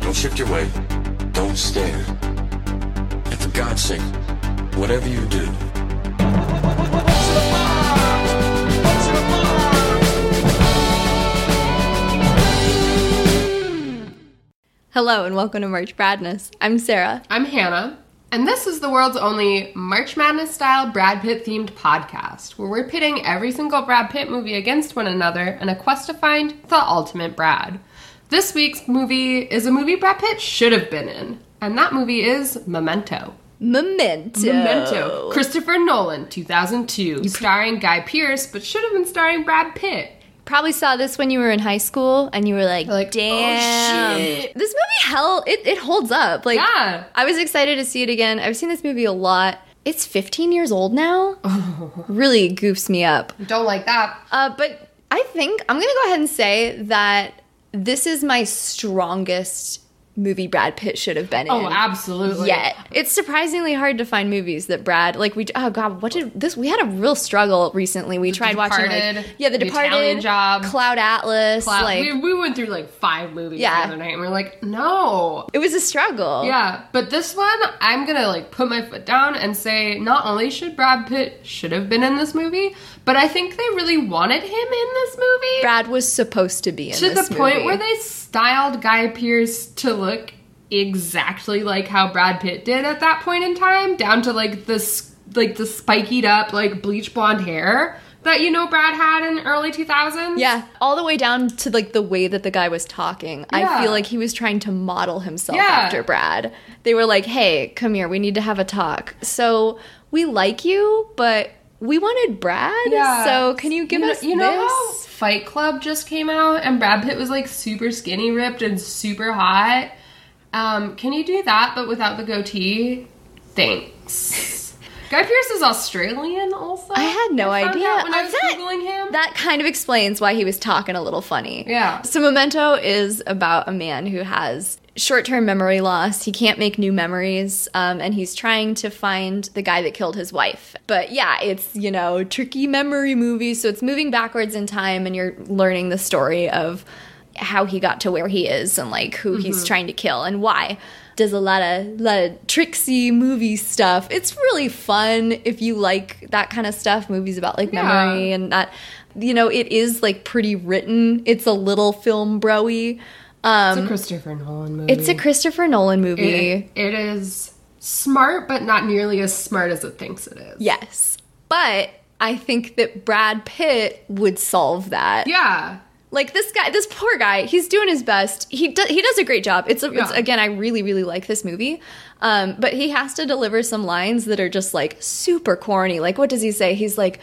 Don't shift your weight. Don't stare. And for God's sake, whatever you do, Hello and welcome to March Bradness. I'm Sarah. I'm Hannah, and this is the world's only March Madness style Brad Pitt themed podcast where we're pitting every single Brad Pitt movie against one another in a quest to find the ultimate Brad. This week's movie is a movie Brad Pitt should have been in, and that movie is Memento. Memento. Memento. Christopher Nolan, 2002, starring Guy Pearce, but should have been starring Brad Pitt. Probably saw this when you were in high school and you were like, Like, oh, damn. shit. This movie hell it, it holds up. Like Yeah. I was excited to see it again. I've seen this movie a lot. It's 15 years old now. Really goofs me up. Don't like that. Uh, but I think I'm gonna go ahead and say that this is my strongest movie Brad Pitt should have been in. Oh, absolutely. yet. It's surprisingly hard to find movies that Brad like we oh god, what did this we had a real struggle recently. We tried watching like Departed, Yeah, The The Departed, Italian Job, Cloud Atlas, Wow, like we, we went through like five movies Yeah. the other night, and we are like, no, it was a struggle. Yeah, but this one, I'm gonna like put my foot down and say not only should Brad Pitt should have been in this movie, but I think they really wanted him in this movie Brad was supposed to be in to the this point movie. where they styled Guy Pearce to look exactly like how Brad Pitt did at that point in time, down to like this like the spikied up like bleach blonde hair that you know Brad had in early 2000s. yeah, all the way down to like the way that the guy was talking. I Yeah. feel like he was trying to model himself Yeah. after Brad. They were like, "Hey, come here. We need to have a talk." So, we like you, but we wanted Brad. So, can you give know- us you know this? how Fight Club just came out and Brad Pitt was like super skinny ripped and super hot. Um, can you do that but without the goatee? Thanks. Guy Pearce is Australian also. I had no found idea. out when I Oh, was that- googling him. That kind of explains why he was talking a little funny. Yeah. So Memento is about a man who has short-term memory loss. He can't make new memories, um, and he's trying to find the guy that killed his wife. But yeah, it's you know tricky memory movie. So it's moving backwards in time, and you're learning the story of how he got to where he is and like who Mm-hmm. he's trying to kill and why. Does a lot of lot of tricksy movie stuff. It's really fun if you like that kind of stuff. Movies about like Yeah. memory and that you know it is like pretty written it's a little film broy um it's a Christopher Nolan movie. it's a christopher nolan movie It- it is smart, but not nearly as smart as it thinks it is. yes but i think that brad pitt would solve that Yeah. like this guy this poor guy he's doing his best he do, he does a great job it's, a, it's Yeah. again i really really like this movie um but he has to deliver some lines that are just like super corny like what does he say he's like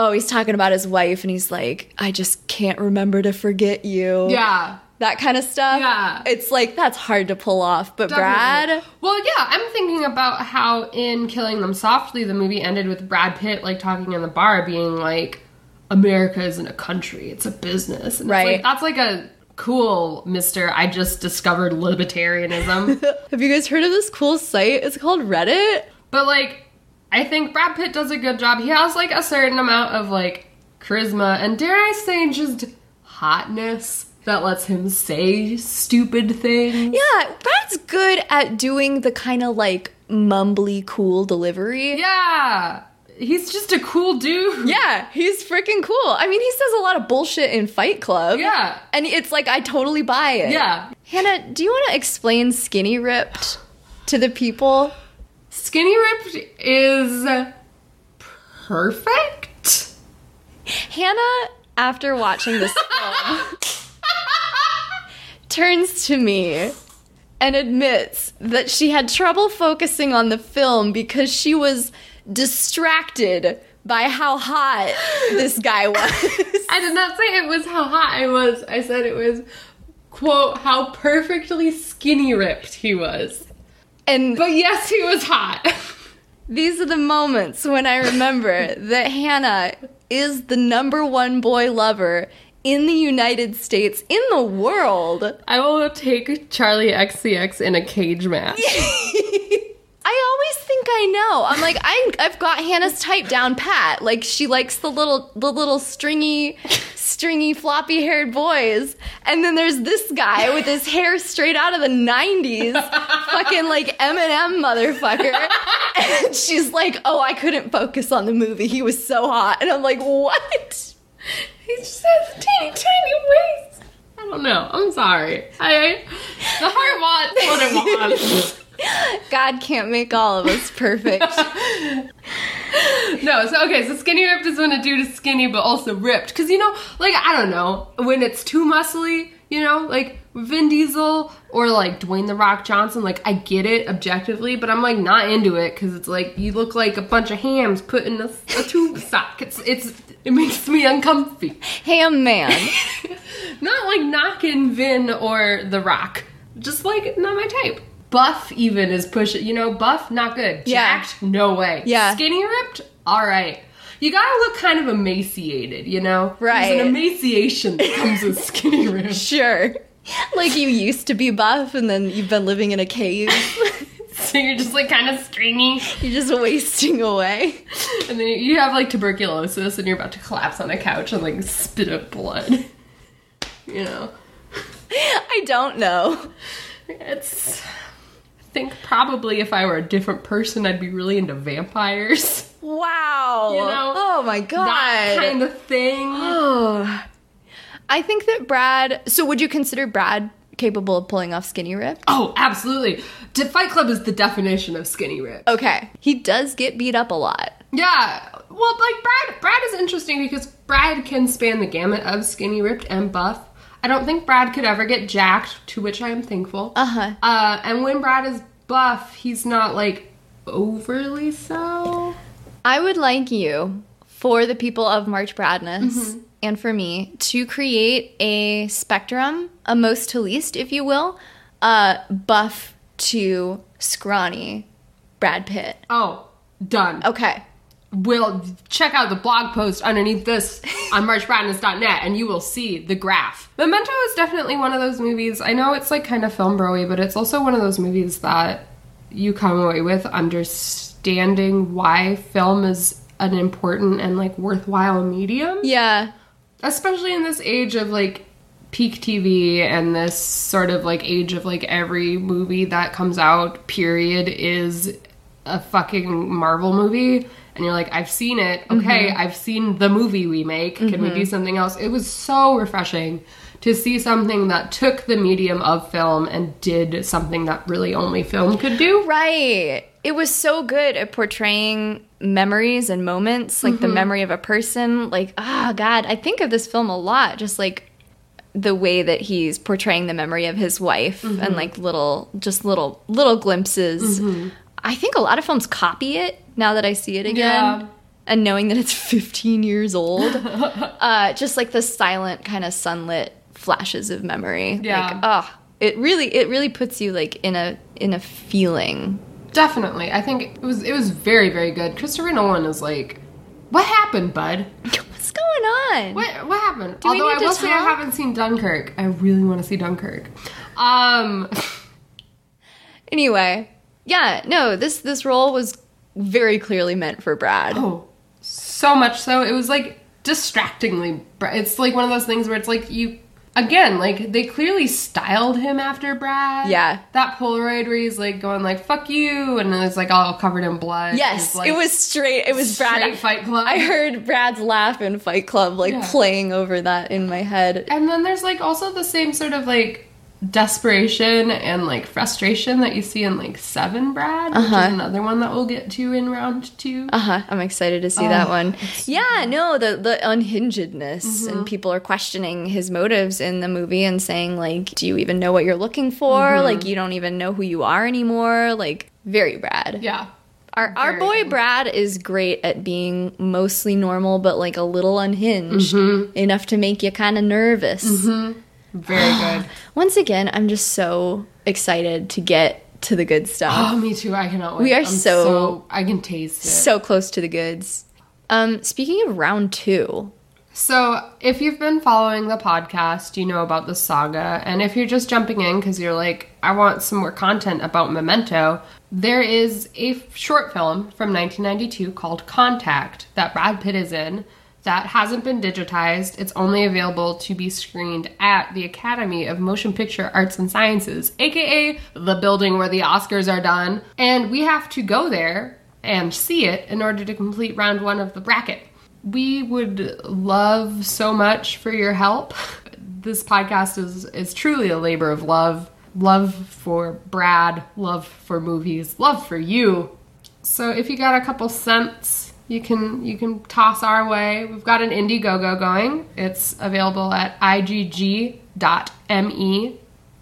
oh he's talking about his wife and he's like i just can't remember to forget you Yeah. that kind of stuff. Yeah. It's like that's hard to pull off, but Brad, Definitely. Well, yeah, I'm thinking about how in Killing Them Softly, the movie ended with Brad Pitt like talking in the bar, being like, "America isn't a country; it's a business." And it's like- Right. that's like a cool, Mister. I just discovered libertarianism, have you guys heard of this cool site? It's called Reddit. but like, I think Brad Pitt does a good job. He has like a certain amount of like charisma and dare I say, just hotness that lets him say stupid things. Yeah, Brad's good at doing the kind of like mumbly cool delivery. Yeah, he's just a cool dude. Yeah, he's freaking cool. I mean, he says a lot of bullshit in Fight Club. Yeah. And it's like I totally buy it. Yeah, Hannah, do you want to explain skinny ripped to the people? Skinny Ripped is perfect. Hannah, after watching this film, turns to me and admits that she had trouble focusing on the film because she was distracted by how hot this guy was. I did not say it was how hot I was. I said it was, quote, how perfectly skinny ripped he was. and But yes, he was hot. these are the moments when I remember that Hannah is the number one boy lover in the United States, in the world. I will take Charlie XCX in a cage match. I always think I know. I'm like I I've got Hannah's type down pat. Like she likes the little the little stringy stringy, floppy haired boys. And then there's this guy with his hair straight out of the 90s, fucking like Eminem motherfucker. And she's like, oh, I couldn't focus on the movie. He was so hot. And I'm like, what? He just has a teeny tiny waist. I don't know. I'm sorry. I the heart wants what it wants. God can't make all of us perfect. no, so okay, so skinny ripped is when a dude is skinny but also ripped. Cause you know, like I don't know, when it's too muscly, you know, like Vin Diesel or like Dwayne the Rock Johnson, like I get it objectively, but I'm like not into it because it's like you look like a bunch of hams put in a, a tube sock. It's it's it makes me uncomfy. Ham man. Not like knocking Vin or the Rock, just like not my type. Buff even is pushing, you know, buff not good. Yeah. Jacked, no way. Yeah. skinny ripped, all right. You gotta look kind of emaciated, you know. There's Right. an emaciation that comes with skinny ripped. Sure. Like you used to be buff and then you've been living in a cave. So you're just like kind of stringy. You're just wasting away. And then you have like tuberculosis and you're about to collapse on a couch and like spit up blood. You know? I don't know. It's. I think probably if I were a different person, I'd be really into vampires. Wow. You know, oh my god. That kind of thing. oh. I think that Brad. So would you consider Brad capable of pulling off skinny rip? Oh, absolutely. De- Fight Club is the definition of skinny rip. Okay. He does get beat up a lot. Yeah. Well, like Brad Brad is interesting because Brad can span the gamut of skinny ripped and buff. I don't think Brad could ever get jacked, to which I am thankful. Uh-huh. Uh and when Brad is buff, he's not like overly so. I would like you, for the people of March Bradness and for me, to create a spectrum, a most to least, if you will, uh, buff to scrawny Brad Pitt. Oh, done. Okay. We'll check out the blog post underneath this on marchbradness.net and you will see the graph. Memento is definitely one of those movies. I know it's like kind of film broy, but it's also one of those movies that you come away with understanding why film is an important and like worthwhile medium Yeah. especially in this age of like peak TV and this sort of like age of like every movie that comes out period is a fucking Marvel movie and you're like I've seen it okay I've seen the movie we make can we do something else it was so refreshing to see something that took the medium of film and did something that really only film could do Right. It was so good at portraying memories and moments, like Mm-hmm. the memory of a person. Like, ah, God, I think of this film a lot, just like the way that he's portraying the memory of his wife Mm-hmm. and like little, just little, little glimpses. I think a lot of films copy it now that I see it again. Yeah. And knowing that it's 15 years old, uh, just like the silent kind of sunlit flashes of memory. Yeah. Like, ah, it really, it really puts you like in a, in a feeling definitely I think it was it was very very good Christopher Nolan is like what happened bud What's going on? What what happened? we Although need I to will say I talk? haven't seen Dunkirk. I really want to see Dunkirk. Um, Anyway, yeah, no, this this role was very clearly meant for Brad. oh, so much so it was like distractingly. Bra- It's like one of those things where it's like you again like they clearly styled him after Brad. Yeah. that Polaroid where he's like going like "fuck you" and then it's like all covered in blood. yes, It's, like, it was straight. It was Brad. straight Fight Club. I heard Brad's laugh in Fight Club, like Yeah. playing over that in my head. And then there's like also the same sort of like desperation and like frustration that you see in like Seven Brad, which is another one that we'll get to in round two. Uh-huh. Uh huh. I'm excited to see Oh, that one. Yeah, no, the the unhingedness Mm-hmm. and people are questioning his motives in the movie and saying like, do you even know what you're looking for? Mm-hmm. Like, you don't even know who you are anymore. Like, very Brad. Yeah. Our, our Very boy good. Brad is great at being mostly normal, but like a little unhinged, Mm-hmm. enough to make you kind of nervous. Very good. Once again, I'm just so excited to get to the good stuff. Oh, me too. I cannot wait. We are I'm so- I can taste it. so close to the goods. Um, speaking of round two, So, if you've been following the podcast, you know about the saga. And if you're just jumping in because you're like, I want some more content about Memento, there is a f- short film from 1992 called Contact that Brad Pitt is in that hasn't been digitized. It's only available to be screened at the Academy of Motion Picture Arts and Sciences, aka the building where the Oscars are done. And we have to go there and see it in order to complete round one of the bracket. We would love so much for your help. This podcast is, is truly a labor of love. Love for Brad, love for movies, love for you. So if you got a couple cents, you can you can toss our way. We've got an Indiegogo going. It's available at igg.me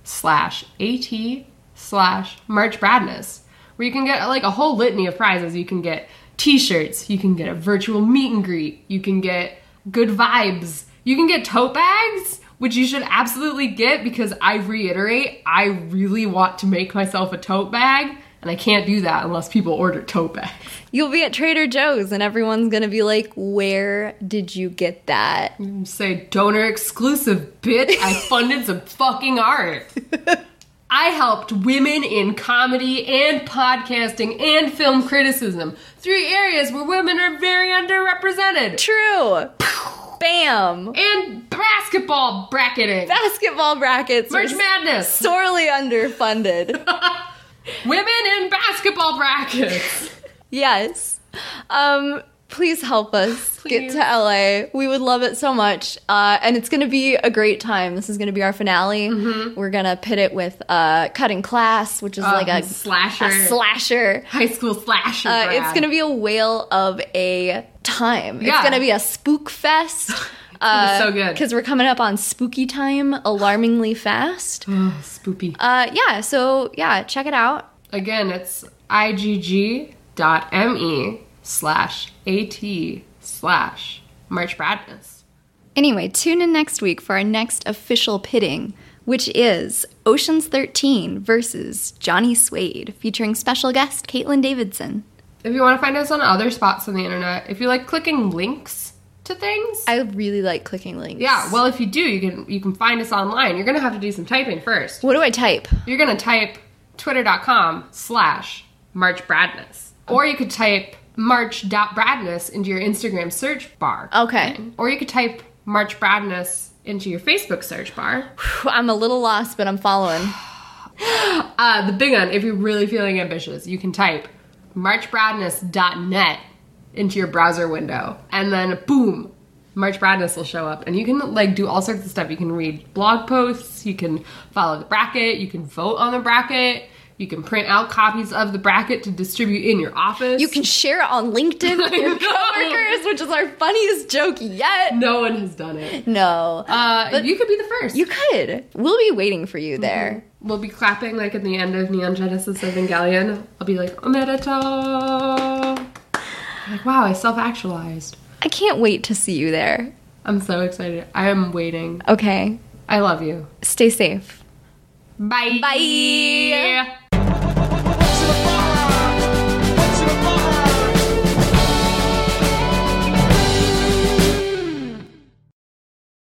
slash at slash March Bradness, where you can get like a whole litany of prizes. You can get t-shirts, you can get a virtual meet and greet, you can get good vibes, you can get tote bags, which you should absolutely get because I reiterate, I really want to make myself a tote bag. And I can't do that unless people order tote bags. You'll be at Trader Joe's and everyone's gonna be like, Where did you get that? Say donor exclusive, bitch. I funded some fucking art. I helped women in comedy and podcasting and film criticism, three areas where women are very underrepresented. True! Bam! And basketball bracketing. Basketball brackets are Merch Madness. sorely underfunded. Women in basketball brackets. Yes. Um, please help us get Please. to LA. We would love it so much. Uh, and it's going to be a great time. This is going to be our finale. Mm-hmm. We're going to pit it with uh, Cutting Class, which is like a, Uh, slasher. a slasher. High school slasher. Uh, it's Brad. going to be a whale of a time. It's Yeah. going to be a spook fest. It's so good. Because we're coming up on spooky time alarmingly fast. Oh, spoopy. Uh, yeah, so yeah, check it out. Again, it's igg.me E slash at slash March Bradness. Anyway, tune in next week for our next official pitting, which is Ocean's 13 versus Johnny Swade, featuring special guest Caitlin Davidson. If you want to find us on other spots on the internet, if you like clicking links to things, I really like clicking links. yeah, well, if you do, you can you can find us online. You're gonna have to do some typing first. what do I type? You're gonna type twitter.com slash March Bradness, or you could type march.bradness into your Instagram search bar, Okay. or you could type March Bradness into your Facebook search bar. Phew, I'm a little lost, but I'm following. Uh, the big one, if you're really feeling ambitious, you can type marchbradness.net into your browser window, and then boom, March Bradness will show up, and you can like do all sorts of stuff. You can read blog posts, you can follow the bracket, you can vote on the bracket, you can print out copies of the bracket to distribute in your office. You can share it on LinkedIn with your know. coworkers, which is our funniest joke yet. No one has done it. No. Uh, you could be the first. you could. We'll be waiting for you there. we'll be clapping like at the end of Neon Genesis Evangelion. I'll be like, Omerito! Like, wow, I self-actualized. I can't wait to see you there. I'm so excited. I am waiting. Okay. I love you. Stay safe. Bye. Bye.